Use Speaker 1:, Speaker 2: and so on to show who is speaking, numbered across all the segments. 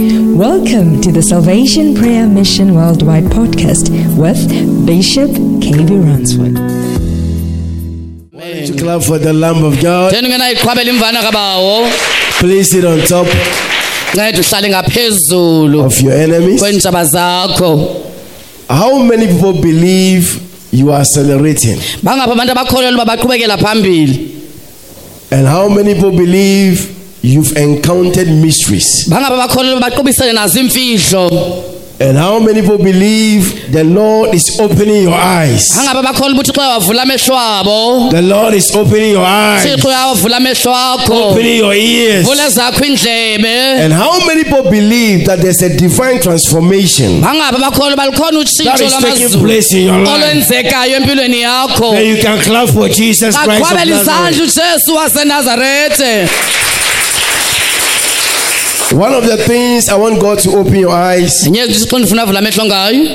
Speaker 1: Welcome to the Salvation Prayer Mission Worldwide podcast with Bishop KB Ransford.
Speaker 2: To clap for the Lamb of God.
Speaker 3: njengena iqhwabela imvana kabawo
Speaker 2: Place it on top
Speaker 3: nceda uhlale ngaphezulu
Speaker 2: of your enemies.
Speaker 3: kweentshaba zakho
Speaker 2: How many people believe you are celebrating?
Speaker 3: bangapha abantu abakholelwa uba baqhubekela phambili
Speaker 2: And how many people believe you've encountered mysteries?
Speaker 3: bangapha abakholelwa uba baqubisene nazo iimfihlo
Speaker 2: And how many people believe the Lord is opening your eyes?
Speaker 3: bangapha abakholelwa ubuthi xa wavula amehlo abo
Speaker 2: The Lord is opening your eyes,
Speaker 3: thixo uyawavula amehlo akho
Speaker 2: opening your ears.
Speaker 3: vule zakho iindlebe
Speaker 2: And how many people believe that there's a divine transformation
Speaker 3: bangapha abakholelwa uba lukhona
Speaker 2: that
Speaker 3: utshintsho
Speaker 2: is taking
Speaker 3: lwamazulu
Speaker 2: place in your life?
Speaker 3: olwenzekayo empilweni yakho
Speaker 2: Then you can clap for Jesus Christ. of
Speaker 3: baqhwabela
Speaker 2: Nazareth.
Speaker 3: izandla ujesu wasenazarete
Speaker 2: One of the things I want God to open your eyes
Speaker 3: yenye uthixo ndifuna avula amehlo ngayo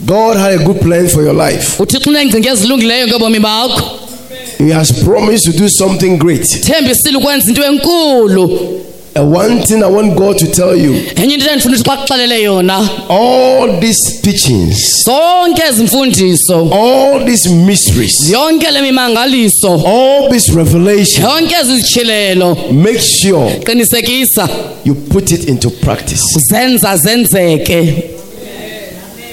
Speaker 2: God had a good plan for your life.
Speaker 3: uthixo uneengcinga ezilungileyo ngebomi bakho
Speaker 2: He has promised to do something great.
Speaker 3: thembisile ukwenza into enkulu
Speaker 2: And one thing I want God to tell you
Speaker 3: enye into endifuna uthixo akuxelele yona
Speaker 2: all these teachings,
Speaker 3: zonke ezi mfundiso
Speaker 2: all these mysteries,
Speaker 3: yonke le mimangaliso
Speaker 2: all this revelation,
Speaker 3: yonke ezi zityhilelo
Speaker 2: make sure
Speaker 3: qinisekisa
Speaker 2: you put it into practice.
Speaker 3: zenza zenzeke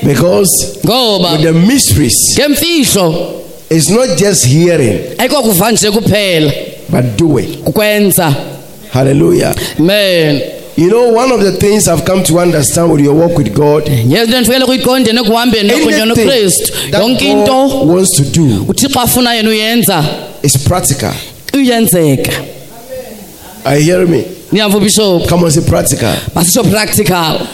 Speaker 2: Because
Speaker 3: ngoba
Speaker 2: with the mysteries,
Speaker 3: ngemfihlo
Speaker 2: it's not just hearing,
Speaker 3: ayikokuva nje kuphela
Speaker 2: but doing.
Speaker 3: kukwenza
Speaker 2: Hallelujah.
Speaker 3: men
Speaker 2: You know, one of the things I've come to understand with your walk with God,
Speaker 3: yenye into endifikele kuyiqondeni ekuhambeni nokunye nokristu
Speaker 2: anything that
Speaker 3: yonke into
Speaker 2: God wants to do
Speaker 3: uthixo afuna yena uyenza
Speaker 2: is practical.
Speaker 3: uyenzeka
Speaker 2: Are you hearing me?
Speaker 3: niyamva ubishop
Speaker 2: Come on, say practical.
Speaker 3: masitsho practical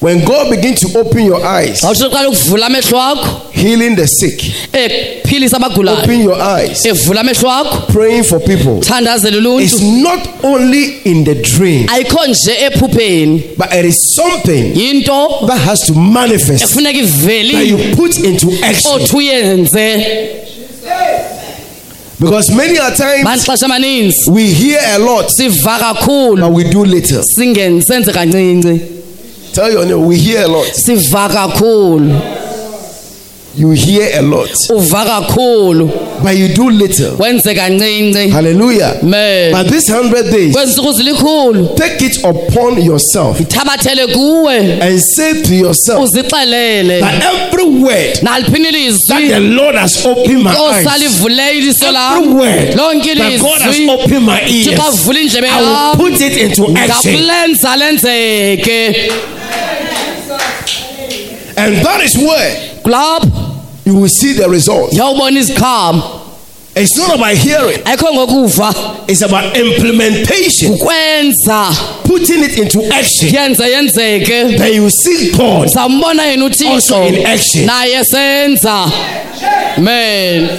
Speaker 2: When God begins to open your eyes,
Speaker 3: xa uthixo qala ukuvula amehlo akho
Speaker 2: healing the sick,
Speaker 3: ephilisa abagulayo
Speaker 2: open your eyes,
Speaker 3: evula amehlo akho
Speaker 2: praying for people.
Speaker 3: thandazela
Speaker 2: It's
Speaker 3: uluntu
Speaker 2: not only in the dream,
Speaker 3: ayikho nje ephupheni
Speaker 2: but it is something
Speaker 3: yinto
Speaker 2: that has to manifest
Speaker 3: efuneka
Speaker 2: that
Speaker 3: iveli
Speaker 2: you put into action.
Speaker 3: othi uyenze
Speaker 2: Because many a times
Speaker 3: maxesha amaninzi
Speaker 2: we hear a lot,
Speaker 3: siva kakhulu
Speaker 2: but we do little.
Speaker 3: singe- senze kancinci
Speaker 2: Tell your neighbor, we hear a lot.
Speaker 3: siva kakhulu
Speaker 2: You hear a lot,
Speaker 3: uva kakhulu
Speaker 2: but you do little.
Speaker 3: wenze kancinci
Speaker 2: Hallelujah.
Speaker 3: men
Speaker 2: But this hundred days,
Speaker 3: kwezi ntsuku zilikhulu
Speaker 2: take it upon yourself
Speaker 3: thabathele kuwe
Speaker 2: and say to yourself
Speaker 3: uzixelele
Speaker 2: that every word
Speaker 3: naliphini
Speaker 2: that
Speaker 3: ilizwi
Speaker 2: the Lord has opened my eyes.
Speaker 3: osalivuleyo iliso
Speaker 2: Every
Speaker 3: lam
Speaker 2: word
Speaker 3: lonke
Speaker 2: that God has
Speaker 3: ilizwi
Speaker 2: opened my ears,
Speaker 3: Thixo avule indlebe
Speaker 2: I will
Speaker 3: yam.
Speaker 2: put it into action.
Speaker 3: ndakulenza lenzeke
Speaker 2: And that is where
Speaker 3: kulapho
Speaker 2: you will see the result.
Speaker 3: yawubona iziqhamo
Speaker 2: It's not about hearing,
Speaker 3: ayikho ngokuva
Speaker 2: it's about implementation,
Speaker 3: ukwenza
Speaker 2: putting it into action.
Speaker 3: yenze yenzeke
Speaker 2: Then you see God.
Speaker 3: sambona yena uthixo
Speaker 2: Also in action.
Speaker 3: naye senza men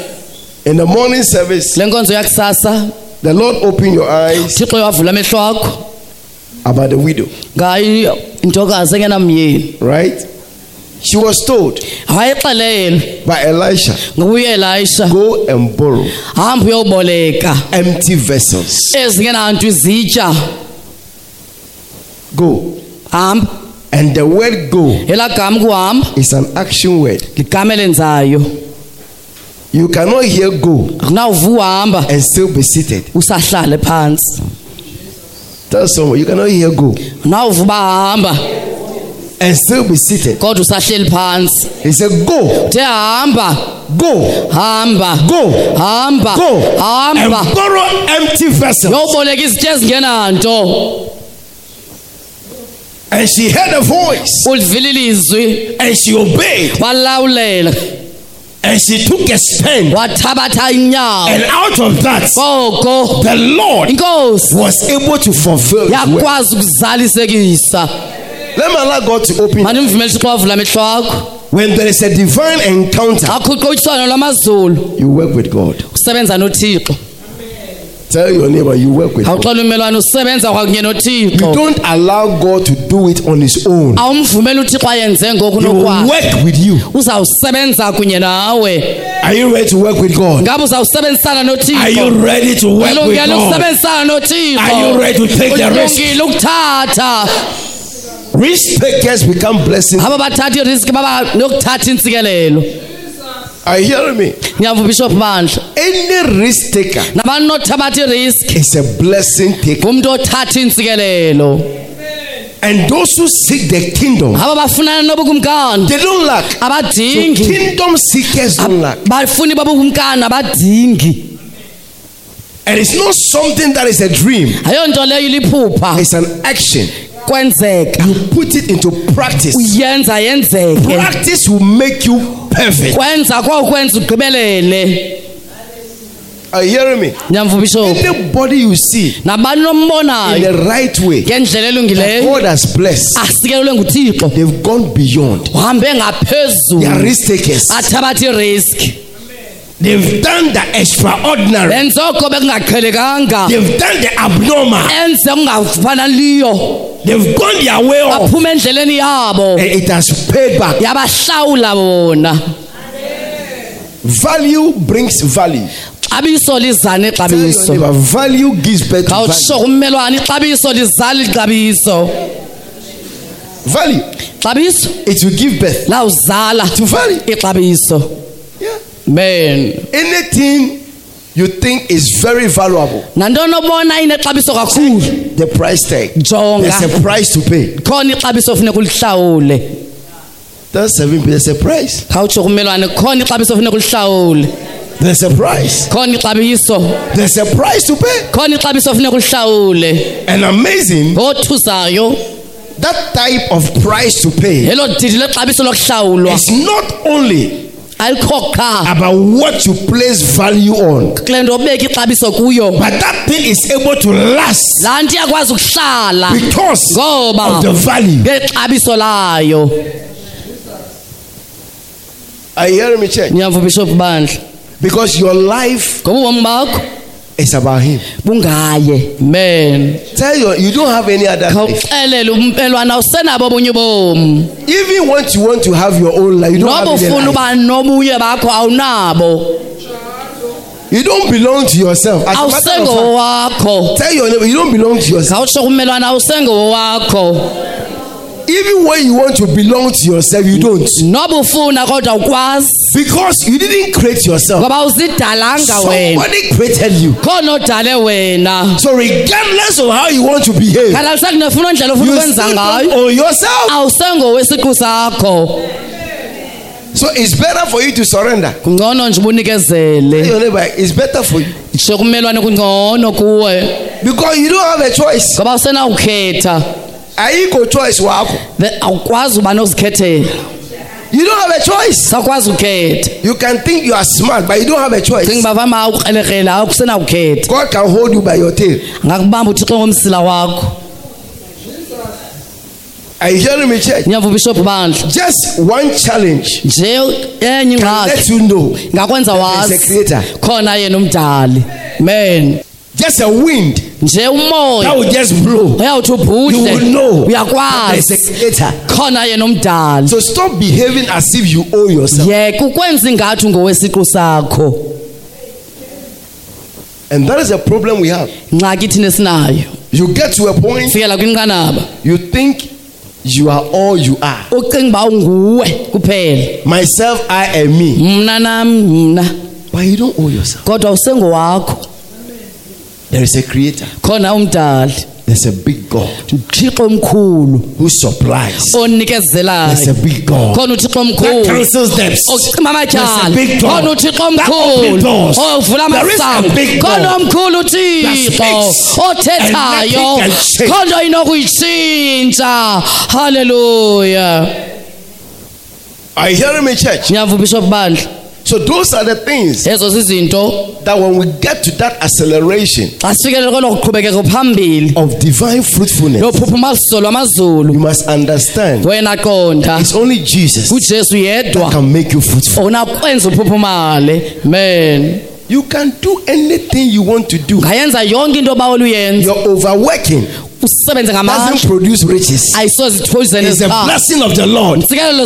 Speaker 2: In the morning service,
Speaker 3: le nkonzo yakusasa
Speaker 2: the Lord opened your eyes
Speaker 3: uthixo yawavula amehlo akho
Speaker 2: about the widow,
Speaker 3: ngayo intokazi engenamyeni
Speaker 2: right? She was told
Speaker 3: wayexelelwe
Speaker 2: by Elisha,
Speaker 3: ngobuye elisha
Speaker 2: go and borrow
Speaker 3: hamba uyoboleka
Speaker 2: empty vessels.
Speaker 3: ezingenanto izitya
Speaker 2: Go.
Speaker 3: hamba
Speaker 2: And the word go
Speaker 3: elaa gama kuhamba
Speaker 2: is an action word.
Speaker 3: ligama elenzayo
Speaker 2: You cannot hear go
Speaker 3: akunawuva uhamba
Speaker 2: and still be seated.
Speaker 3: usahlale phantsi
Speaker 2: Tell someone you cannot hear go
Speaker 3: nawuva uba hamba
Speaker 2: and still be seated.
Speaker 3: kodwa usahleli phantsi
Speaker 2: He said, Go,
Speaker 3: the hamba
Speaker 2: go,
Speaker 3: hamba
Speaker 2: go,
Speaker 3: hamba
Speaker 2: go, and
Speaker 3: hamba
Speaker 2: borrow empty vessels.
Speaker 3: yoboleka izitya ezingenanto
Speaker 2: And she heard a voice
Speaker 3: ulivile ilizwi
Speaker 2: and she obeyed
Speaker 3: walawulela
Speaker 2: and she took a stand.
Speaker 3: wathabatha inyawo
Speaker 2: And out of that,
Speaker 3: koko
Speaker 2: the Lord
Speaker 3: inkosi
Speaker 2: was able to fulfill his word.
Speaker 3: yakwazi ukuzalisekisa
Speaker 2: Let me allow God to open.
Speaker 3: mandimvumela uthixo wavula amehlo akho
Speaker 2: When there is a divine encounter,
Speaker 3: akhuqotyiswano lwamazulu
Speaker 2: you work with God.
Speaker 3: usebenza nothixo
Speaker 2: Tell your neighbor, you work with God.
Speaker 3: awuxela umelwane usebenza kwakunye
Speaker 2: You
Speaker 3: nothixo
Speaker 2: don't allow God to do it on his own.
Speaker 3: awumvumeli uthixo ayenze ngoku
Speaker 2: He will
Speaker 3: nokwakhe
Speaker 2: work with you.
Speaker 3: uzawusebenza kunye nawe
Speaker 2: Are you ready to work with God?
Speaker 3: ngabe uzawusebenzisana
Speaker 2: Are you
Speaker 3: nothixo
Speaker 2: ready to work with
Speaker 3: ulungele
Speaker 2: God?
Speaker 3: ukusebenzisana nothixo
Speaker 2: Are you ready to take the risk?
Speaker 3: ulungile ukuthatha
Speaker 2: Risk takers become blessings.
Speaker 3: aba bathathi iriski baba nokuthatha intsikelelo
Speaker 2: Are you hearing me?
Speaker 3: ngiyamva ubishophu bandla
Speaker 2: Any risk taker
Speaker 3: nabantu nothabatha iriski
Speaker 2: is a blessing taker.
Speaker 3: ngumntu othatha intsikelelo
Speaker 2: And those who seek the kingdom,
Speaker 3: aba bafunana nobukumkani
Speaker 2: they don't lack. So
Speaker 3: abadingi
Speaker 2: kingdom seekers don't lack.
Speaker 3: bafuni babukumkani abadingi
Speaker 2: And it's not something that is a dream,
Speaker 3: ayo nto leyo iliphupha
Speaker 2: it's an action.
Speaker 3: kwenzeka
Speaker 2: You put it into practice.
Speaker 3: uyenza yenzeke
Speaker 2: Practice will make you perfect.
Speaker 3: kwenza kwawukwenza ugqibelele
Speaker 2: Are you hearing me?
Speaker 3: nyamva ubishophu
Speaker 2: Anybody you see
Speaker 3: nabantu
Speaker 2: in
Speaker 3: nombonayo
Speaker 2: the right way,
Speaker 3: ngendlela
Speaker 2: that
Speaker 3: elungileyo
Speaker 2: God has blessed,
Speaker 3: asikelelwe nguthixo
Speaker 2: they've gone beyond.
Speaker 3: uhambe
Speaker 2: They are
Speaker 3: ngaphezulu
Speaker 2: risk takers.
Speaker 3: athabatha iriski
Speaker 2: They've done the extraordinary.
Speaker 3: benze oko bekungaqhelekanga
Speaker 2: They've done the abnormal.
Speaker 3: enze okungafanaliyo
Speaker 2: They've gone their way off.
Speaker 3: baphuma endleleni yabo
Speaker 2: And it has paid back.
Speaker 3: yabahlawula bona
Speaker 2: Value brings value.
Speaker 3: xabiso lizana
Speaker 2: Tell your
Speaker 3: ixabiso
Speaker 2: neighbor, value gives birth to
Speaker 3: ngawutsho
Speaker 2: value.
Speaker 3: kummelwane ixabiso lizala ixabiso
Speaker 2: Value.
Speaker 3: xabiso
Speaker 2: It will give birth
Speaker 3: lawuzala
Speaker 2: to value.
Speaker 3: ixabiso
Speaker 2: Yeah.
Speaker 3: men
Speaker 2: Anything you think is very valuable,
Speaker 3: nantoni obona inexabiso kakhulu
Speaker 2: the price tag. There's
Speaker 3: jonga
Speaker 2: a price to pay.
Speaker 3: khona ixabiso ofuneka ulihlawule
Speaker 2: That's seven. There's a price.
Speaker 3: khawutsho kummelwane khona ixabiso ofuneka ulihlawule
Speaker 2: There's a price.
Speaker 3: khona ixabiso
Speaker 2: There's a price to pay.
Speaker 3: khona ixabiso ofuneka ulihlawule
Speaker 2: And amazing,
Speaker 3: ngothusayo
Speaker 2: that type of price to pay
Speaker 3: elo didi lexabiso lokuhlawulwa
Speaker 2: is not only
Speaker 3: alikho qha
Speaker 2: about what you place value on,
Speaker 3: kule nto obeka ixabiso kuyo
Speaker 2: but that thing is able to last
Speaker 3: laa nto iyakwazi ukuhlala
Speaker 2: because
Speaker 3: ngoba
Speaker 2: of the value.
Speaker 3: ngexabiso layo
Speaker 2: Are you hearing me, church?
Speaker 3: nyamva ubishophu bandla
Speaker 2: Because your life
Speaker 3: ngoba ubomi bakho
Speaker 2: is about Him.
Speaker 3: bungaye men
Speaker 2: Tell you, you don't have any other life.
Speaker 3: khawuxelele umpelwana usenabo obunye ubomi
Speaker 2: Even when you want to have your own life, you don't
Speaker 3: noba
Speaker 2: have any
Speaker 3: ufuna
Speaker 2: life.
Speaker 3: uba nobunye bakho awunabo
Speaker 2: You don't belong to yourself. As a matter of
Speaker 3: oh.
Speaker 2: fact,
Speaker 3: awusengowakho
Speaker 2: tell your neighbor, you don't belong to yourself.
Speaker 3: ngawutsho kummelwana awusengowakho
Speaker 2: Even when you want to belong to yourself, you don't.
Speaker 3: noba ufuna kodwa awukwazi
Speaker 2: Because you didn't create yourself.
Speaker 3: ngoba awuzidalanga wena
Speaker 2: Somebody created you.
Speaker 3: khona odale wena
Speaker 2: So regardless of how you want to behave,
Speaker 3: khalalisa kunefuna ndlela ofuna
Speaker 2: you
Speaker 3: ukwenza
Speaker 2: still don't
Speaker 3: ngayo
Speaker 2: own yourself.
Speaker 3: awusengowesiqu sakho
Speaker 2: So it's better for you to surrender.
Speaker 3: kungcono nje
Speaker 2: Tell
Speaker 3: ubunikezele
Speaker 2: your neighbor, it's better for you.
Speaker 3: nje kummelwane kungcono kuwe
Speaker 2: Because you don't have a choice.
Speaker 3: ngoba usenawukhetha
Speaker 2: Ayikho choice wakho.
Speaker 3: Then awukwazi uba nokuzikhethela
Speaker 2: You don't have a choice.
Speaker 3: sakwazi ukhetha
Speaker 2: You can think you are smart, but you don't have a
Speaker 3: cinga
Speaker 2: choice.
Speaker 3: uba fama awukrelekrele awukusenawukhetha
Speaker 2: God can hold you by your tail.
Speaker 3: ngakubamba uthixo ngomsila wakho
Speaker 2: Are you hearing me, church?
Speaker 3: nyamva ubishophu bandla
Speaker 2: Just one challenge
Speaker 3: nje enye
Speaker 2: can
Speaker 3: ingxaki
Speaker 2: let you know.
Speaker 3: ngakwenza
Speaker 2: There's a
Speaker 3: wazi
Speaker 2: creator.
Speaker 3: khona yena umdali men
Speaker 2: Just a wind
Speaker 3: nje
Speaker 2: that
Speaker 3: umoya
Speaker 2: will just blow.
Speaker 3: uyawuthi
Speaker 2: You will
Speaker 3: ubhudle
Speaker 2: know. There's
Speaker 3: uyakwazi
Speaker 2: a creator.
Speaker 3: khona yena umdali
Speaker 2: So stop behaving as if you owe yourself.
Speaker 3: yeka ukwenza ingathi ngowesiqu sakho
Speaker 2: And that is a problem we have.
Speaker 3: ngxaki thina esinayo
Speaker 2: You get to a point,
Speaker 3: fikela kwinqanaba
Speaker 2: you think you are all you are.
Speaker 3: ucinga uba unguwe kuphela
Speaker 2: Myself, I, and me.
Speaker 3: mna nam mna
Speaker 2: But you don't owe yourself.
Speaker 3: kodwa usengowakho
Speaker 2: There is a creator.
Speaker 3: khona umdali
Speaker 2: There's a big God
Speaker 3: uthixo omkhulu
Speaker 2: who supplies. There's
Speaker 3: onikezelayo
Speaker 2: a big Oh, God Oh,
Speaker 3: khona uthixo
Speaker 2: that
Speaker 3: omkhulu
Speaker 2: cancels debts.
Speaker 3: ocima amatyala
Speaker 2: There's a big God
Speaker 3: khona uthixo
Speaker 2: that opens
Speaker 3: omkhulu
Speaker 2: doors.
Speaker 3: ovula
Speaker 2: There is a
Speaker 3: amasango
Speaker 2: big God
Speaker 3: khona omkhulu uthixo
Speaker 2: that speaks
Speaker 3: othethayo
Speaker 2: and nothing can shake.
Speaker 3: khona inokuyitshintsha halleluya
Speaker 2: Are you hearing me, church?
Speaker 3: nyamva ubishop bandla
Speaker 2: So those are the things
Speaker 3: ezo zizinto
Speaker 2: that when we get to that acceleration
Speaker 3: xa sifikelele kwelo qhubekeko phambili
Speaker 2: of divine fruitfulness,
Speaker 3: yophupha amazolo amazulu
Speaker 2: you must understand
Speaker 3: wena qonda
Speaker 2: it's only Jesus
Speaker 3: ujesu
Speaker 2: that
Speaker 3: yedwa
Speaker 2: can make you fruitful.
Speaker 3: unakwenza uphuphumaale men
Speaker 2: Oh. You can do anything you want to do.
Speaker 3: ngayenza yonke into oba oluyenza
Speaker 2: You're overworking.
Speaker 3: usebenze ngamandla
Speaker 2: doesn't produce riches.
Speaker 3: ayisoze ithokozele
Speaker 2: It's a
Speaker 3: ezikhala
Speaker 2: blessing of the Lord.
Speaker 3: ntsikelelo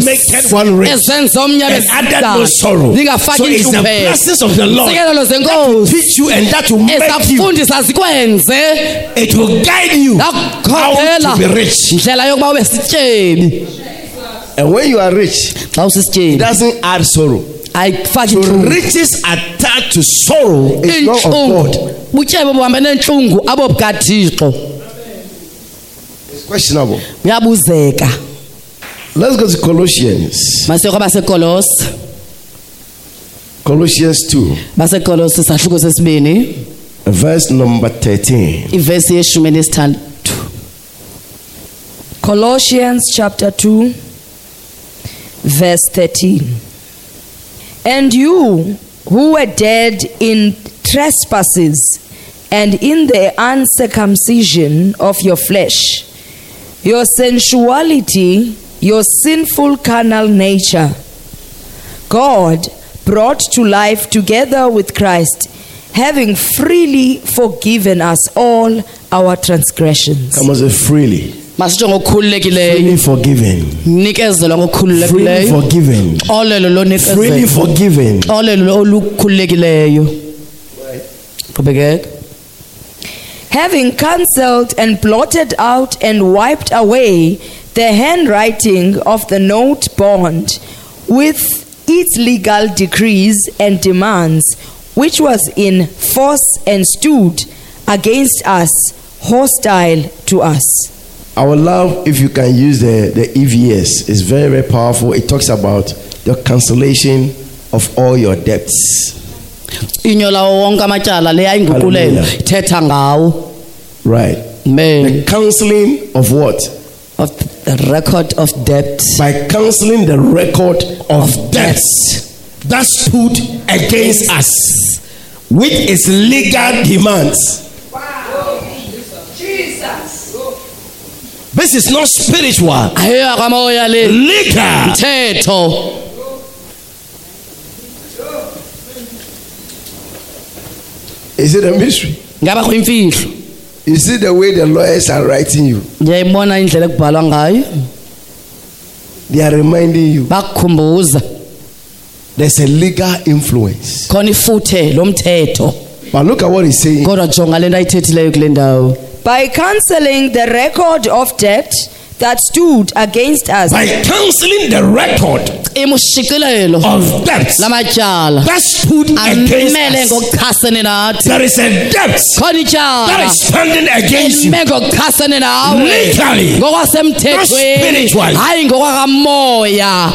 Speaker 2: Maketh one rich
Speaker 3: ezenza omnyama
Speaker 2: and added no sorrow. So
Speaker 3: lingafaki
Speaker 2: it's the
Speaker 3: intluphelo
Speaker 2: blessings of the Lord
Speaker 3: ntsikelelo zenkosi
Speaker 2: teach you and that will make you.
Speaker 3: ezafundisa zikwenze
Speaker 2: It will guide you how
Speaker 3: Ndakukhokhela.
Speaker 2: to be rich.
Speaker 3: ndlela yokuba ube sityebi
Speaker 2: And when you are rich,
Speaker 3: xa
Speaker 2: it
Speaker 3: usisityebi
Speaker 2: doesn't add sorrow.
Speaker 3: ayifaki
Speaker 2: So
Speaker 3: intlungu
Speaker 2: riches attached to sorrow is not
Speaker 3: oh.
Speaker 2: of God.
Speaker 3: intlungu butyebi obuhambe neentlungu abo bukathixo
Speaker 2: It's questionable.
Speaker 3: buyabuzeka
Speaker 2: Let's go to Colossians.
Speaker 3: masiye kwabasekolosi
Speaker 2: Colossians 2,
Speaker 3: basekolosi sahluko sesibini
Speaker 2: verse number 13.
Speaker 3: ivesi yeshumi nesithandathu
Speaker 1: Colossians chapter 2, verse 13. And you who were dead in trespasses and in the uncircumcision of your flesh, your sensuality, your sinful carnal nature, God brought to life together with Christ, having freely forgiven us all our transgressions.
Speaker 2: Come on, say freely.
Speaker 3: masitsho ngokukhululekileyo
Speaker 2: Freely forgiven.
Speaker 3: nikezelwa
Speaker 2: Freely
Speaker 3: ngokukhululekileyo
Speaker 2: forgiven.
Speaker 3: olelo
Speaker 2: Freely
Speaker 3: lonikezelwa
Speaker 2: forgiven.
Speaker 3: olelo olukhululekileyo qhubekeka
Speaker 1: having cancelled and blotted out and wiped away the handwriting of the note bond with its legal decrees and demands, which was in force and stood against us, hostile to us.
Speaker 2: I would love if you can use the, the EVS. It's very, very powerful. It talks about the cancellation of all your debts.
Speaker 3: inyo lawo wonke amatyala leyayinguqulelo
Speaker 2: Hallelujah.
Speaker 3: ithetha ngawo
Speaker 2: Right. The
Speaker 3: man
Speaker 2: cancelling of what?
Speaker 3: of the record of debt
Speaker 2: By cancelling the record of debts that stood against us with its legal demands. This is not spiritual,
Speaker 3: ayiyo akwamoya le
Speaker 2: legal.
Speaker 3: mthetho
Speaker 2: Is it a mystery?
Speaker 3: ngaba kwimfihlo
Speaker 2: You see the way the lawyers are writing you,
Speaker 3: ndiyayibona indlela ekubhalwa ngayo
Speaker 2: they are reminding you
Speaker 3: bakukhumbuza
Speaker 2: there's a legal influence.
Speaker 3: khona ifuthe lomthetho
Speaker 2: But look at what he's saying.
Speaker 3: kodwa jonga le nto ayithethileyo kule ndawo
Speaker 1: By cancelling the record of debt that stood against us,
Speaker 2: By cancelling the record
Speaker 3: imushicilelo
Speaker 2: of debts
Speaker 3: lamatyala
Speaker 2: that stood
Speaker 3: amele
Speaker 2: against us,
Speaker 3: ngokuchasene nathi
Speaker 2: there is a debt
Speaker 3: khona
Speaker 2: that
Speaker 3: ityala
Speaker 2: is standing against you
Speaker 3: ime ngokuchasene nawe
Speaker 2: legally. Not
Speaker 3: ngokwasemthethweni
Speaker 2: spiritual.
Speaker 3: hayi ngokwakamoya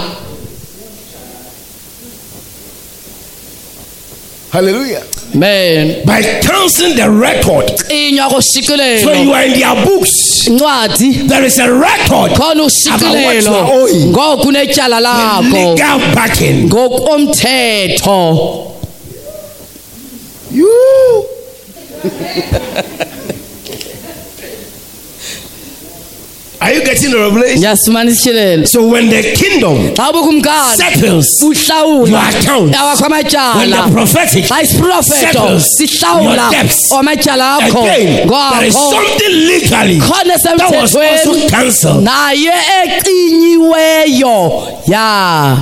Speaker 2: Hallelujah.
Speaker 3: men
Speaker 2: By cancelling the record.
Speaker 3: inywa
Speaker 2: So you
Speaker 3: koshicilelo
Speaker 2: are in their books.
Speaker 3: incwadi
Speaker 2: There is a record.
Speaker 3: khona
Speaker 2: About what you
Speaker 3: ushicilelo
Speaker 2: are owing.
Speaker 3: ngoku unetyala lakho
Speaker 2: Legal backing.
Speaker 3: ngokomthetho
Speaker 2: You. Are you getting the revelation?
Speaker 3: ndiyasifumana isitshilelo
Speaker 2: So when the kingdom
Speaker 3: xa ubukho umkani
Speaker 2: settles your
Speaker 3: uhlawula
Speaker 2: account,
Speaker 3: awakho
Speaker 2: when the
Speaker 3: amatyala
Speaker 2: prophetic
Speaker 3: xa isiprofeto
Speaker 2: settles your
Speaker 3: sihlawula
Speaker 2: debts.
Speaker 3: amatyala akho
Speaker 2: again, there is
Speaker 3: ngakho
Speaker 2: something legally
Speaker 3: khona
Speaker 2: that was also
Speaker 3: esemthethweni
Speaker 2: cancelled.
Speaker 3: naye ecinyiweyo ya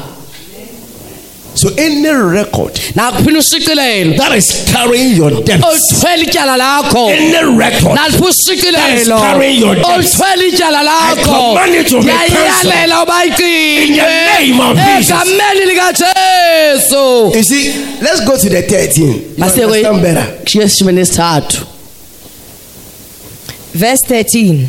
Speaker 2: So any record
Speaker 3: nakuphinda ushicilelo
Speaker 2: that is carrying your debts,
Speaker 3: oluthwela ityala lakho
Speaker 2: any record
Speaker 3: naliphi
Speaker 2: That is
Speaker 3: ushicilelo
Speaker 2: carrying your debts.
Speaker 3: oluthwela ityala lakho
Speaker 2: command it to be
Speaker 3: ndiyayiyalela uba
Speaker 2: in the
Speaker 3: icinye
Speaker 2: name of Jesus.
Speaker 3: egameni likajesu
Speaker 2: You see, let's go to the 13. You
Speaker 3: Masiye kwe-
Speaker 2: understand better.
Speaker 3: yeshumi nesithathu
Speaker 1: Verse 13.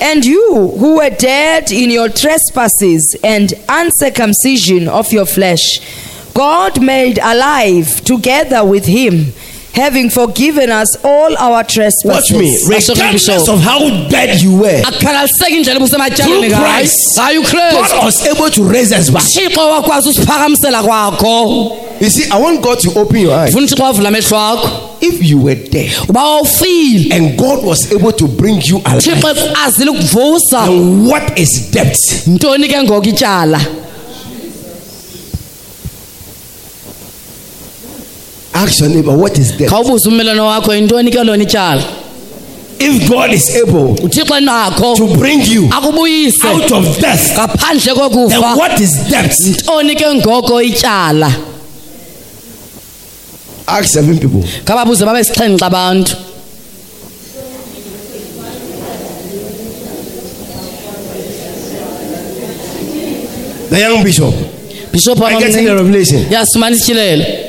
Speaker 1: And you who were dead in your trespasses and uncircumcision of your flesh, God made alive together with him, having forgiven us all our
Speaker 2: Watch
Speaker 1: trespasses.
Speaker 2: me.
Speaker 3: That's what we
Speaker 2: Regardless
Speaker 3: saw.
Speaker 2: of how bad you were,
Speaker 3: akukhanganiseki indlela obusematyaleni
Speaker 2: Through
Speaker 3: ngayo
Speaker 2: Christ.
Speaker 3: hayi ukristu
Speaker 2: God was able to raise us back.
Speaker 3: thixo wakwazi usiphakamisela kwakho
Speaker 2: You see, I want God to open your eyes.
Speaker 3: ndifuna uthixo wavula amehlo akho
Speaker 2: If you were there
Speaker 3: uba wawufile
Speaker 2: and God was able to bring you alive,
Speaker 3: thixo ekwazile ukuvusa
Speaker 2: and what is debt?
Speaker 3: yintoni ke ngoku ityala
Speaker 2: Ask your neighbor, what is debt?
Speaker 3: khawubuze ummelwane wakho yintoni ke lona ityala
Speaker 2: if God is able
Speaker 3: uthixo nakho
Speaker 2: to bring you
Speaker 3: akubuyise
Speaker 2: out of death,
Speaker 3: ngaphandle
Speaker 2: then
Speaker 3: kokufa
Speaker 2: what is death?
Speaker 3: ntoni ke ngoko ityala
Speaker 2: Ask seven people.
Speaker 3: ngababuze babe sixhenxe abantu
Speaker 2: The young bishop.
Speaker 3: bishop
Speaker 2: I get in the revelation.
Speaker 3: yasifumana ityilelo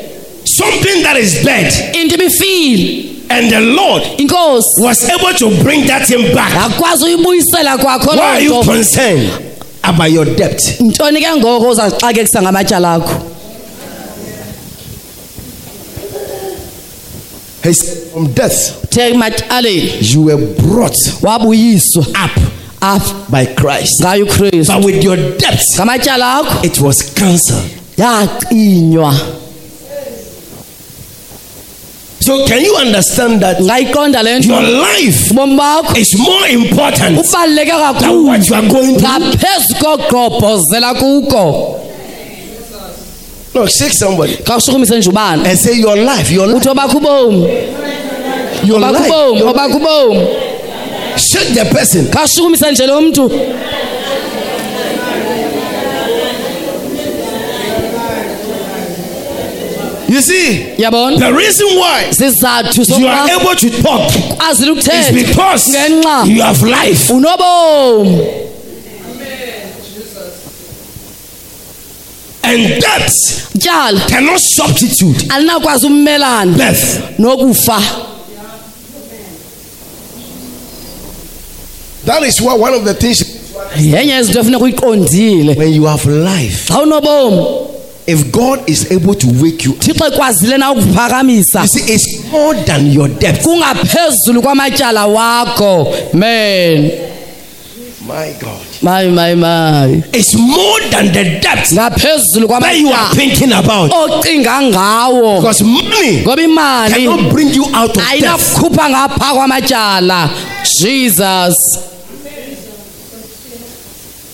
Speaker 2: Something that is dead,
Speaker 3: into ibifile
Speaker 2: and the Lord
Speaker 3: inkosi
Speaker 2: was able to bring that thing back.
Speaker 3: akwazi uyibuyisela kwakho
Speaker 2: Why
Speaker 3: loo
Speaker 2: are you
Speaker 3: nto.
Speaker 2: concerned about your debt?
Speaker 3: ntoni ke ngoko uzaxakekisa ngamatyala akho
Speaker 2: He's from death.
Speaker 3: uthe ematyaleni
Speaker 2: You were brought
Speaker 3: wabuyiswa
Speaker 2: up
Speaker 3: apha
Speaker 2: by Christ.
Speaker 3: ngayo ukristu
Speaker 2: But with your debt,
Speaker 3: ngamatyala akho
Speaker 2: it was cancelled.
Speaker 3: yacinywa
Speaker 2: So can you understand that
Speaker 3: ngayiqonda le nto
Speaker 2: your life
Speaker 3: ubomi bakho
Speaker 2: is more important
Speaker 3: ubaluleke
Speaker 2: than
Speaker 3: kakhulu
Speaker 2: what you are going through?
Speaker 3: ngaphezu kogqobhozela kuko
Speaker 2: No, shake somebody
Speaker 3: khawushukumise nje ubani
Speaker 2: and say your life, your life,
Speaker 3: uthi obakho ubomi
Speaker 2: your
Speaker 3: obakho
Speaker 2: life.
Speaker 3: ubomi
Speaker 2: your-
Speaker 3: obakho ubomi
Speaker 2: Shake the person.
Speaker 3: khawushukumise nje lo mntu
Speaker 2: You see,
Speaker 3: yabona
Speaker 2: the reason why
Speaker 3: sizathu
Speaker 2: you are
Speaker 3: sokuba
Speaker 2: able to talk
Speaker 3: azile
Speaker 2: is
Speaker 3: ukuthetha
Speaker 2: because
Speaker 3: ngenxa
Speaker 2: you have life.
Speaker 3: unobomi
Speaker 2: And death
Speaker 3: tyala
Speaker 2: cannot substitute
Speaker 3: alinakwazi ummelana
Speaker 2: death.
Speaker 3: nokufa
Speaker 2: That is why one of the things
Speaker 3: yenye yezinto efuneka uyiqondile
Speaker 2: when you have life,
Speaker 3: xa unobomi
Speaker 2: if God is able to wake you up,
Speaker 3: thixo ekwazile na ukuphakamisa
Speaker 2: you see, it's more than your debt.
Speaker 3: kungaphezulu kwamatyala wakho men
Speaker 2: My God.
Speaker 3: mayi mayi mayi
Speaker 2: It's more than the debt
Speaker 3: ngaphezulu
Speaker 2: that you are
Speaker 3: kwamatyala
Speaker 2: thinking about.
Speaker 3: ocinga ngawo
Speaker 2: Because money
Speaker 3: ngoba imali
Speaker 2: cannot bring you out of death.
Speaker 3: ayinakukhupha ngapha kwamatyala jesus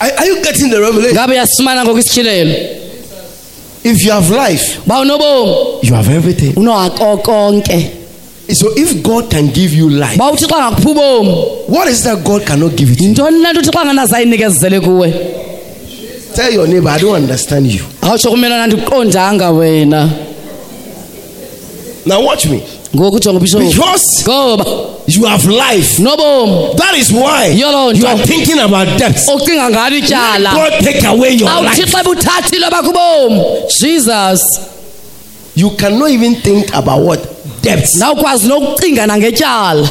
Speaker 2: Are, are you getting the revelation?
Speaker 3: ngabe uyasifumana ngoku isityhilelo
Speaker 2: If you have life,
Speaker 3: uba unobomi
Speaker 2: you have everything.
Speaker 3: unako konke
Speaker 2: So if God can give you life,
Speaker 3: uba uthixo angakuphi ubomi
Speaker 2: what is that God cannot give it to you?
Speaker 3: yintoni le nto uthixo anganazayinikezele kuwe
Speaker 2: Tell your neighbor, I don't understand you.
Speaker 3: awutsho kumelana ndiqondanga wena
Speaker 2: Now watch me.
Speaker 3: ngoku jonga ubishop
Speaker 2: Because
Speaker 3: ngoba
Speaker 2: you have life,
Speaker 3: nobomi
Speaker 2: that is why you
Speaker 3: Yolo nto.
Speaker 2: are thinking about debts.
Speaker 3: ocinga ngalo ityala
Speaker 2: God take away your life.
Speaker 3: awuthixo ebuthathile bakubomi jesus
Speaker 2: You cannot even think about what debts.
Speaker 3: nawukwazi nokucinga nangetyala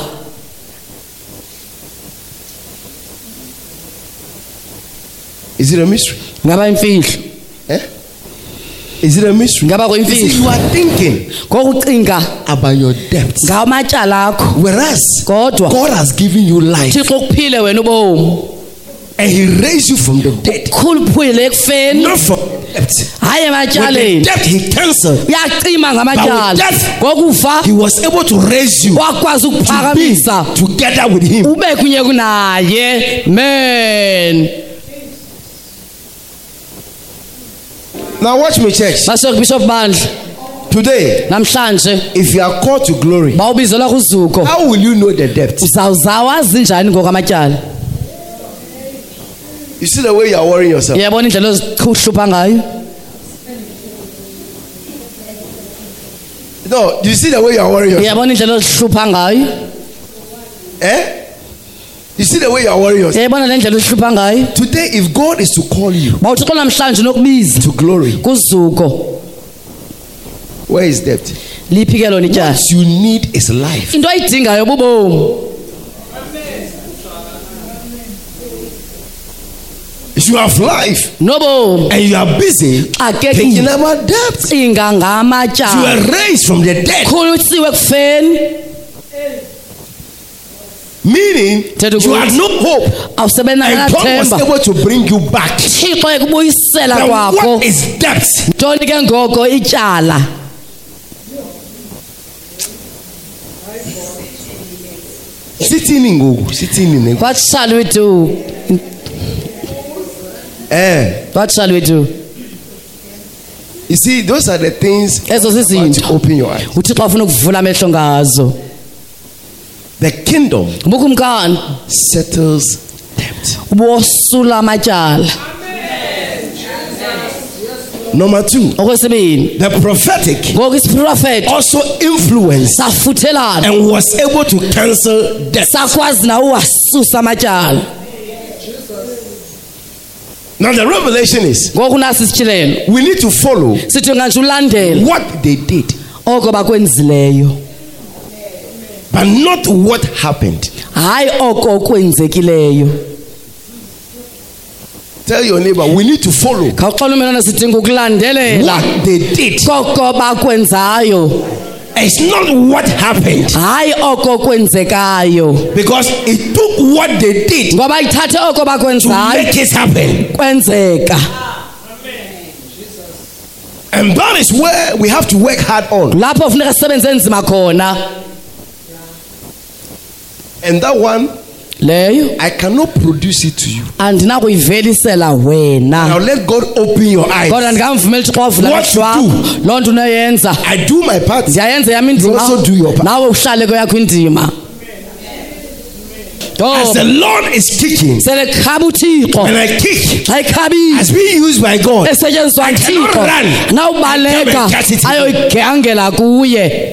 Speaker 2: Is it a mystery?
Speaker 3: ngaba imfihlo
Speaker 2: Eh? Is it a mystery?
Speaker 3: ngaba
Speaker 2: You see,
Speaker 3: kwimfihlo
Speaker 2: you are thinking
Speaker 3: ngokucinga
Speaker 2: about your debts,
Speaker 3: ngamatyala akho
Speaker 2: whereas
Speaker 3: kodwa
Speaker 2: God has given you life
Speaker 3: thixo kuphile wena ubomi
Speaker 2: and He raised you from the dead,
Speaker 3: khuluphile ekufeni
Speaker 2: not from debts.
Speaker 3: hayi
Speaker 2: With the
Speaker 3: ematyaleni
Speaker 2: debt He cancelled.
Speaker 3: uyacima
Speaker 2: But with
Speaker 3: ngamatyala
Speaker 2: death,
Speaker 3: ngokufa
Speaker 2: He was able to raise you
Speaker 3: wakwazi
Speaker 2: to be
Speaker 3: ukuphakamisa
Speaker 2: together with Him.
Speaker 3: ube kunye kunaye men
Speaker 2: Now, watch me, church.
Speaker 3: basho bishop bandla
Speaker 2: Today,
Speaker 3: namhlanje
Speaker 2: if you are called to glory,
Speaker 3: bawubizelwa kuzuko
Speaker 2: how will you know the debt?
Speaker 3: uzawuzawazi njani ngokwamatyala
Speaker 2: You see the way you are worrying yourself.
Speaker 3: uyabona indlela ozihlupha ngayo
Speaker 2: No, you see the way you are worrying yourself.
Speaker 3: uyabona indlela ozihlupha ngayo
Speaker 2: Eh? You see the way you are worrying yourself.
Speaker 3: uyayibona le ndlela ozihlupha ngayo
Speaker 2: Today, if God is to call you
Speaker 3: bawuthixo namhlanje nokubiza
Speaker 2: to glory,
Speaker 3: kuzuko
Speaker 2: where is debt?
Speaker 3: liphi ke lona ityala
Speaker 2: What you need is life.
Speaker 3: into ayidingayo bubomi
Speaker 2: You have life
Speaker 3: nobomi
Speaker 2: and you are busy
Speaker 3: Ah,
Speaker 2: thinking
Speaker 3: xakekile
Speaker 2: about debt.
Speaker 3: cinga
Speaker 2: You
Speaker 3: ngamatyala
Speaker 2: were raised from the dead,
Speaker 3: khulutsiwe ekufeni
Speaker 2: meaning
Speaker 3: Tell the Ah,
Speaker 2: you
Speaker 3: good.
Speaker 2: had no hope. And God was
Speaker 3: awusebenakanathemba
Speaker 2: able to bring you back.
Speaker 3: thixo ekubuyisela
Speaker 2: Then
Speaker 3: kwakho
Speaker 2: what is debt?
Speaker 3: ntoni ke ngoko ityala
Speaker 2: Sitting in Google. Sitting in Google.
Speaker 3: what shall we do
Speaker 2: Eh.
Speaker 3: what shall we do
Speaker 2: You see, those are the things
Speaker 3: ezo
Speaker 2: I want you
Speaker 3: zizinto
Speaker 2: to open your eyes.
Speaker 3: uthixo afuna ukuvula amehlo ngazo
Speaker 2: The kingdom
Speaker 3: ubukumkani
Speaker 2: settles debt.
Speaker 3: bosula amatyala
Speaker 2: Number two,
Speaker 3: okwesibini
Speaker 2: the prophetic
Speaker 3: ngoku isiprofethi
Speaker 2: also influenced
Speaker 3: safuthelana
Speaker 2: and was able to cancel debt.
Speaker 3: sakwazi na uwasusa amatyala
Speaker 2: Now the revelation is
Speaker 3: ngoku nasi isitshilelo
Speaker 2: we need to follow
Speaker 3: sithi nganje ulandele
Speaker 2: what they did,
Speaker 3: oko bakwenzileyo
Speaker 2: but not what happened.
Speaker 3: hayi oko okwenzekileyo
Speaker 2: Tell your neighbor, we need to follow
Speaker 3: khawuxola umelwana sidinga ukulandelela
Speaker 2: what they did.
Speaker 3: koko bakwenzayo
Speaker 2: It's not what happened.
Speaker 3: hayi oko kwenzekayo
Speaker 2: Because it took what they did
Speaker 3: ngoba ithathe oko
Speaker 2: to
Speaker 3: bakwenzayo
Speaker 2: make it happen.
Speaker 3: kwenzeka
Speaker 2: And that is where we have to work hard on.
Speaker 3: lapho kufuneka sisebenze nzima khona
Speaker 2: And that one,
Speaker 3: leyo
Speaker 2: I cannot produce it to you.
Speaker 3: andinakuyivelisela
Speaker 2: Now
Speaker 3: wena
Speaker 2: let God open your
Speaker 3: kodwa
Speaker 2: eyes.
Speaker 3: ndingamvumela uthi xovula
Speaker 2: What to
Speaker 3: amehlo akho
Speaker 2: do?
Speaker 3: loo nto unoyenza
Speaker 2: I do my part.
Speaker 3: ndiyayenza yam indima
Speaker 2: also do your part.
Speaker 3: nawe uhlale kweyakho indima
Speaker 2: As the
Speaker 3: Ngoba
Speaker 2: Lord is kicking,
Speaker 3: sele khaba uthixo
Speaker 2: and I kick,
Speaker 3: xa ikhabile
Speaker 2: as being used by God,
Speaker 3: esetyenziswa
Speaker 2: cannot
Speaker 3: thixo
Speaker 2: run.
Speaker 3: nawubaleka
Speaker 2: I can't run.
Speaker 3: ayoyigangela kuye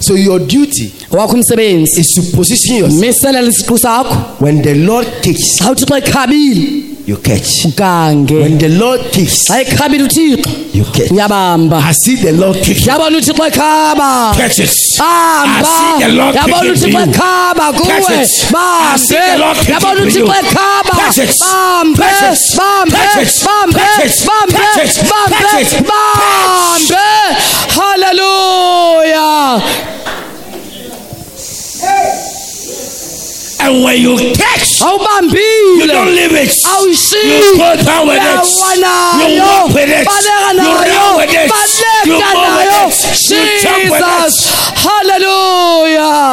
Speaker 2: So your duty
Speaker 3: wakho umsebenzi
Speaker 2: is to position yourself.
Speaker 3: miselela isiqu sakho
Speaker 2: When the Lord kicks,
Speaker 3: xa uthixo ekhabile
Speaker 2: you catch.
Speaker 3: ugange
Speaker 2: When the Lord kicks,
Speaker 3: xa ekhabile uthixo
Speaker 2: you catch. I
Speaker 3: uyabamba
Speaker 2: see the Lord kick.
Speaker 3: yabona uthixo ekhaba
Speaker 2: Catches. I
Speaker 3: Ah,
Speaker 2: see the
Speaker 3: bamba
Speaker 2: Lord
Speaker 3: yabona
Speaker 2: kicking for
Speaker 3: uthixo
Speaker 2: you.
Speaker 3: ekhaba
Speaker 2: Catch it.
Speaker 3: kuwe
Speaker 2: I see
Speaker 3: bambe
Speaker 2: the Lord kicking
Speaker 3: yabona
Speaker 2: for you.
Speaker 3: uthixo ekhaba
Speaker 2: Catch it.
Speaker 3: bambe
Speaker 2: Catch it.
Speaker 3: bambe
Speaker 2: Catch it.
Speaker 3: bambe
Speaker 2: Catch it.
Speaker 3: bambe
Speaker 2: Catch it. Catch
Speaker 3: bambe
Speaker 2: it. Catch.
Speaker 3: bambe haleluya
Speaker 2: And when you catch,
Speaker 3: Ah,
Speaker 2: you
Speaker 3: awubambile
Speaker 2: don't leave it.
Speaker 3: Ah, awushiyi
Speaker 2: You go down with it. You
Speaker 3: Uyawanayo.
Speaker 2: walk with it.
Speaker 3: Baleka
Speaker 2: You run
Speaker 3: nayo.
Speaker 2: with it. You
Speaker 3: Baleka
Speaker 2: move with
Speaker 3: nayo.
Speaker 2: it. You jump with
Speaker 3: Jesus.
Speaker 2: it.
Speaker 3: Hallelujah.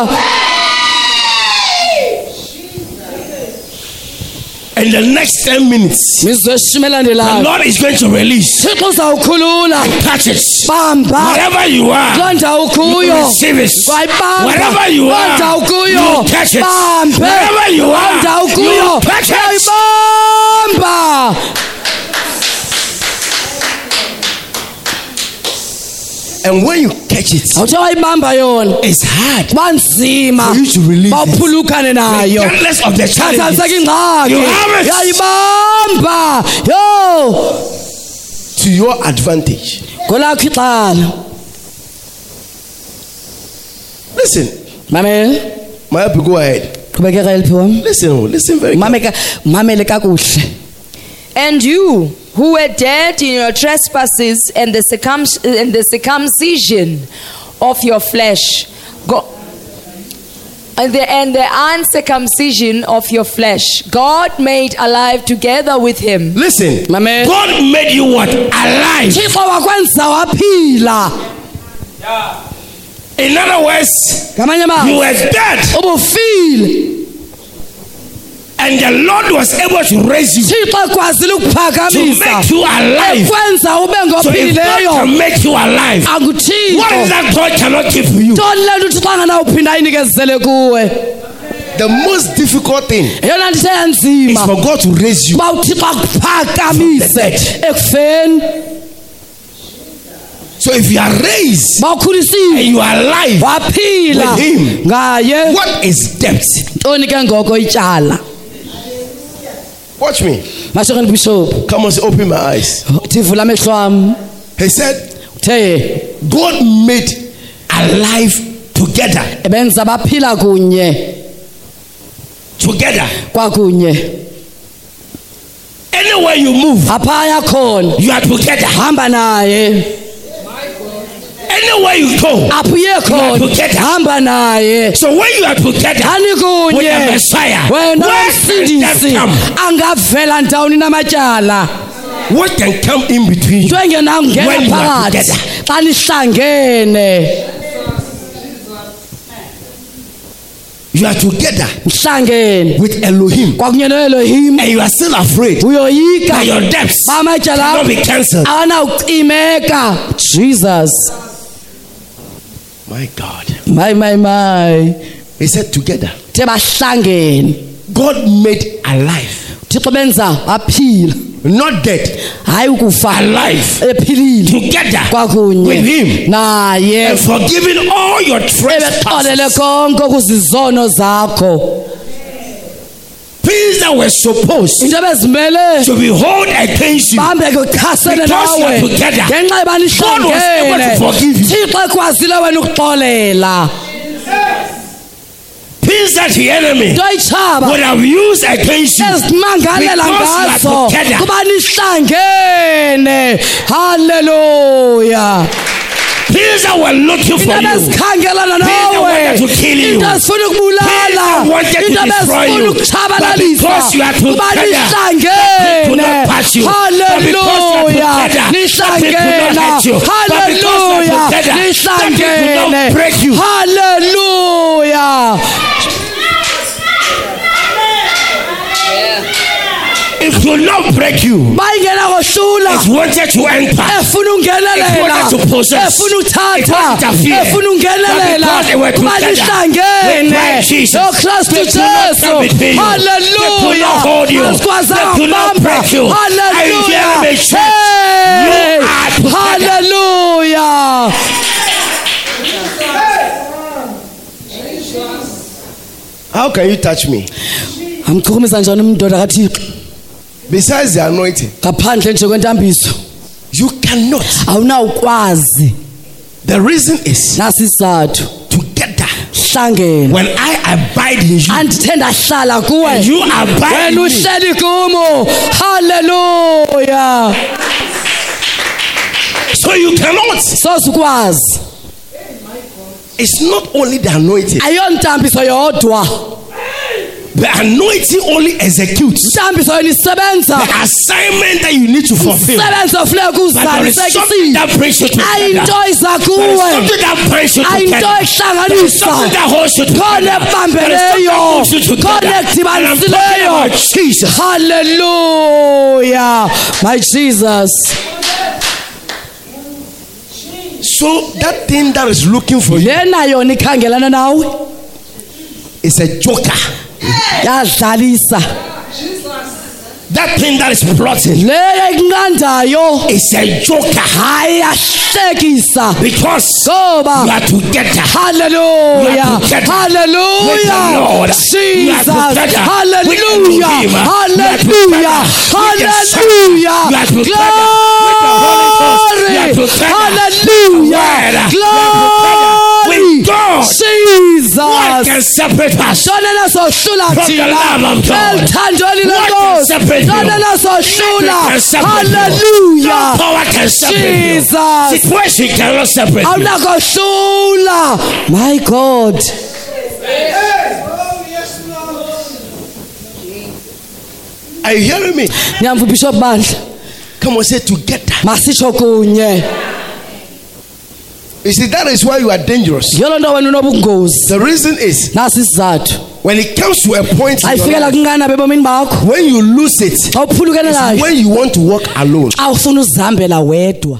Speaker 2: In the next 10 minutes,
Speaker 3: Mizwe eshumi
Speaker 2: the
Speaker 3: elandelayo.
Speaker 2: Lord is going to release.
Speaker 3: Thixo uzawukhulula.
Speaker 2: Catches.
Speaker 3: Bamba.
Speaker 2: Wherever you are,
Speaker 3: Kuloo ndawo
Speaker 2: you
Speaker 3: ukuyo.
Speaker 2: receive it.
Speaker 3: Wayibamba.
Speaker 2: Wherever you
Speaker 3: Kuloo
Speaker 2: are,
Speaker 3: ndawo
Speaker 2: you
Speaker 3: ukuyo.
Speaker 2: catch it.
Speaker 3: Bambe.
Speaker 2: Wherever you
Speaker 3: Kuloo
Speaker 2: are,
Speaker 3: ndawo ukuyo.
Speaker 2: you catch it.
Speaker 3: Wayibamba.
Speaker 2: And when you catch it,
Speaker 3: Awuthe wayibamba yona.
Speaker 2: it's hard
Speaker 3: Kuba nzima.
Speaker 2: for you to release it.
Speaker 3: Bawuphulukane nayo.
Speaker 2: Regardless of the
Speaker 3: Thathaniseka
Speaker 2: challenges
Speaker 3: ingxaki.
Speaker 2: You have it.
Speaker 3: Yayibamba. Yo.
Speaker 2: to your advantage.
Speaker 3: kolakho ixala
Speaker 2: Listen,
Speaker 3: mamela
Speaker 2: my people, go ahead.
Speaker 3: qhubekeka eliphi wam
Speaker 2: Listen, oh, listen very
Speaker 3: Mameka- mamele kakuhle
Speaker 1: And you, who were dead in your trespasses and the, circum- and the circumcision of your flesh, go- and, the, and the uncircumcision of your flesh, God made alive together with him.
Speaker 2: Listen,
Speaker 3: Mamela.
Speaker 2: God made you what? Alive.
Speaker 3: thixo wakwenza waphila
Speaker 2: In other words,
Speaker 3: ngamanye
Speaker 2: you
Speaker 3: amazwi
Speaker 2: were dead,
Speaker 3: ubufile
Speaker 2: and the Lord was able to raise you
Speaker 3: thixo ekwazile
Speaker 2: to
Speaker 3: ukuphakamisa
Speaker 2: make you alive.
Speaker 3: ekwenza ube
Speaker 2: So if God
Speaker 3: ngophilileyo
Speaker 2: can make you alive, what is
Speaker 3: anguthixo
Speaker 2: that God cannot give you?
Speaker 3: ntoni le nto uthixo angana uphinda ayinikezele kuwe
Speaker 2: The most difficult thing
Speaker 3: eyona ndithe
Speaker 2: is
Speaker 3: yanzima
Speaker 2: for God to raise you.
Speaker 3: uba uthixo akuphakamise ekufeni
Speaker 2: So if you are raised
Speaker 3: bawukhulisile
Speaker 2: and you are alive,
Speaker 3: waphila
Speaker 2: With him.
Speaker 3: ngaye
Speaker 2: what is debt?
Speaker 3: ntoni ke ngoko ityala
Speaker 2: Watch me.
Speaker 3: mashokeni bishop
Speaker 2: Come on, say, open my eyes.
Speaker 3: ndivula amehlo am
Speaker 2: He said,
Speaker 3: uthe
Speaker 2: God made alive together.
Speaker 3: benza baphila kunye
Speaker 2: Together.
Speaker 3: kwakunye
Speaker 2: Anywhere you move,
Speaker 3: aphaya khona
Speaker 2: you are together.
Speaker 3: hamba naye
Speaker 2: Anywhere you go.
Speaker 3: apho uye khona hamba naye
Speaker 2: So when you are together,
Speaker 3: hani
Speaker 2: with
Speaker 3: kunye
Speaker 2: the Messiah,
Speaker 3: wena
Speaker 2: what can
Speaker 3: umsindisi
Speaker 2: come?
Speaker 3: angavela ndawoni namatyala
Speaker 2: What can come in between you?
Speaker 3: into engenangena
Speaker 2: When you are
Speaker 3: phakathi
Speaker 2: together.
Speaker 3: xa nihlangene
Speaker 2: You are together
Speaker 3: nihlangene
Speaker 2: with Elohim,
Speaker 3: kwakunye noelohim
Speaker 2: and you are still afraid
Speaker 3: uyoyika
Speaker 2: that your debts
Speaker 3: amatyala
Speaker 2: cannot
Speaker 3: akho
Speaker 2: be cancelled.
Speaker 3: awanawucimeka jesus
Speaker 2: My God.
Speaker 3: my my my
Speaker 2: He said, Together.
Speaker 3: the bahlangene
Speaker 2: God made alive,
Speaker 3: uthixo benza baphila
Speaker 2: not dead,
Speaker 3: hayi ukufa
Speaker 2: alive.
Speaker 3: ephilile
Speaker 2: Together with
Speaker 3: kwakunye
Speaker 2: Him
Speaker 3: naye
Speaker 2: and forgiving all your
Speaker 3: ebexolele
Speaker 2: trespasses.
Speaker 3: konke okuzizono zakho
Speaker 2: Things that were supposed
Speaker 3: into ebezimele
Speaker 2: to be held against you.
Speaker 3: bambeke uchasene
Speaker 2: Because you
Speaker 3: nawe
Speaker 2: are together.
Speaker 3: ngenxa
Speaker 2: God was able to
Speaker 3: yebanihlangene
Speaker 2: forgive you.
Speaker 3: thixo ekwazile wena ukuxolela
Speaker 2: Things that the enemy
Speaker 3: into ayitshaba
Speaker 2: would have used against you.
Speaker 3: ezimangalela
Speaker 2: Because you
Speaker 3: ngazo
Speaker 2: are together.
Speaker 3: kuba nihlangene halleluya
Speaker 2: Things that were looking
Speaker 3: into
Speaker 2: for you.
Speaker 3: bezikhangelana
Speaker 2: Things that
Speaker 3: nawe
Speaker 2: wanted to kill you.
Speaker 3: into ezifuna ukubulala
Speaker 2: Things that wanted to
Speaker 3: into
Speaker 2: destroy
Speaker 3: bezifuna
Speaker 2: you.
Speaker 3: ukutshabalalisa
Speaker 2: But because you are
Speaker 3: kuba
Speaker 2: together, that people could
Speaker 3: nihlangene
Speaker 2: not pass you. But because you are
Speaker 3: halleluya
Speaker 2: together, that people could
Speaker 3: nihlangene
Speaker 2: not hurt you. But because you are
Speaker 3: halleluya
Speaker 2: together, that people could not
Speaker 3: nihlangene
Speaker 2: break you.
Speaker 3: halleluya
Speaker 2: It will not break you.
Speaker 3: bayingena kohlula
Speaker 2: It wanted to enter. It
Speaker 3: efuna ungenelela
Speaker 2: wanted to possess.
Speaker 3: efuna
Speaker 2: It
Speaker 3: uthatha
Speaker 2: wanted to fear.
Speaker 3: efuna ungenelela
Speaker 2: But because they were
Speaker 3: kuba
Speaker 2: together with
Speaker 3: lihlangene
Speaker 2: Christ Jesus,
Speaker 3: noKristu
Speaker 2: they could not
Speaker 3: Jesu
Speaker 2: come between you. They could
Speaker 3: haleluya
Speaker 2: not hold you. They
Speaker 3: asikwazanga
Speaker 2: could not
Speaker 3: ukubamba
Speaker 2: break you. And you
Speaker 3: haleluya
Speaker 2: are the church.
Speaker 3: Hey!
Speaker 2: You are together.
Speaker 3: haleluya
Speaker 2: How can you touch me?
Speaker 3: amchukumisa njani umndoda kaThixo
Speaker 2: Besides the anointing,
Speaker 3: ngaphandle nje kwentambiso
Speaker 2: you cannot.
Speaker 3: awuna ukwazi
Speaker 2: The reason is
Speaker 3: nasizathu
Speaker 2: together.
Speaker 3: hlangene
Speaker 2: When I abide in you,
Speaker 3: andithe ndahlala kuwe
Speaker 2: you abide
Speaker 3: wena
Speaker 2: in me.
Speaker 3: uhleli kumo haleluya
Speaker 2: So you cannot.
Speaker 3: sozukwazi
Speaker 2: It's not only the anointing.
Speaker 3: ayontambiso yodwa
Speaker 2: The anointing only executes
Speaker 3: ntambiso yona isebenza
Speaker 2: the assignment that you need to fulfill.
Speaker 3: isebenza ofuneka
Speaker 2: But there is something
Speaker 3: kuzalisekisile
Speaker 2: that brings you together.
Speaker 3: ayinto iza
Speaker 2: There is
Speaker 3: kuwe
Speaker 2: something that brings you
Speaker 3: ayinto
Speaker 2: together. There is something
Speaker 3: ehlanganisa
Speaker 2: that holds you
Speaker 3: khona
Speaker 2: together. There is something that
Speaker 3: ebambeleyo
Speaker 2: holds you together.
Speaker 3: khona
Speaker 2: And I'm talking about
Speaker 3: edibanisileyo
Speaker 2: Jesus.
Speaker 3: haleluya my jesus
Speaker 2: So that thing that is looking for you
Speaker 3: lena yona ikhangelana nawe
Speaker 2: is a joker.
Speaker 3: yadlalisa
Speaker 2: That thing that is plotting
Speaker 3: leyo ikunqandayo
Speaker 2: is a joker.
Speaker 3: hayi yahlekisa
Speaker 2: Because you
Speaker 3: ngoba
Speaker 2: are together.
Speaker 3: haleluya
Speaker 2: You are together with
Speaker 3: haleluya
Speaker 2: the Lord. You are
Speaker 3: jesus
Speaker 2: together with
Speaker 3: haleluya
Speaker 2: Elohim.
Speaker 3: haleluya
Speaker 2: You are together with the
Speaker 3: haleluya
Speaker 2: Son. You are together with the Holy Ghost. You are
Speaker 3: glory
Speaker 2: together
Speaker 3: haleluya
Speaker 2: with the Word. You are together
Speaker 3: glory
Speaker 2: with God. What
Speaker 3: jesus
Speaker 2: can separate us
Speaker 3: Sona nasohlula
Speaker 2: From the love
Speaker 3: thina
Speaker 2: of God.
Speaker 3: elithandweni
Speaker 2: What can
Speaker 3: lenkosi
Speaker 2: separate you?
Speaker 3: Sona nasohlula
Speaker 2: Nothing can separate you.
Speaker 3: haleluya
Speaker 2: No power can separate you.
Speaker 3: Jesus.
Speaker 2: Situation cannot separate you.
Speaker 3: awunakohlula my god
Speaker 2: Are you hearing me?
Speaker 3: nyamva ubishop bandla
Speaker 2: Come on, say together.
Speaker 3: masitsho kunye
Speaker 2: You see, that is why you are dangerous.
Speaker 3: yiyo loo nto wena unobungozi
Speaker 2: The reason is
Speaker 3: nasi isizathu
Speaker 2: when it comes to a point, in your
Speaker 3: ayifikela
Speaker 2: life,
Speaker 3: kunqanaba ebomini bakho
Speaker 2: when you lose it,
Speaker 3: xa uphulukelelayo
Speaker 2: when you want to walk alone.
Speaker 3: xa ufuna uzihambela wedwa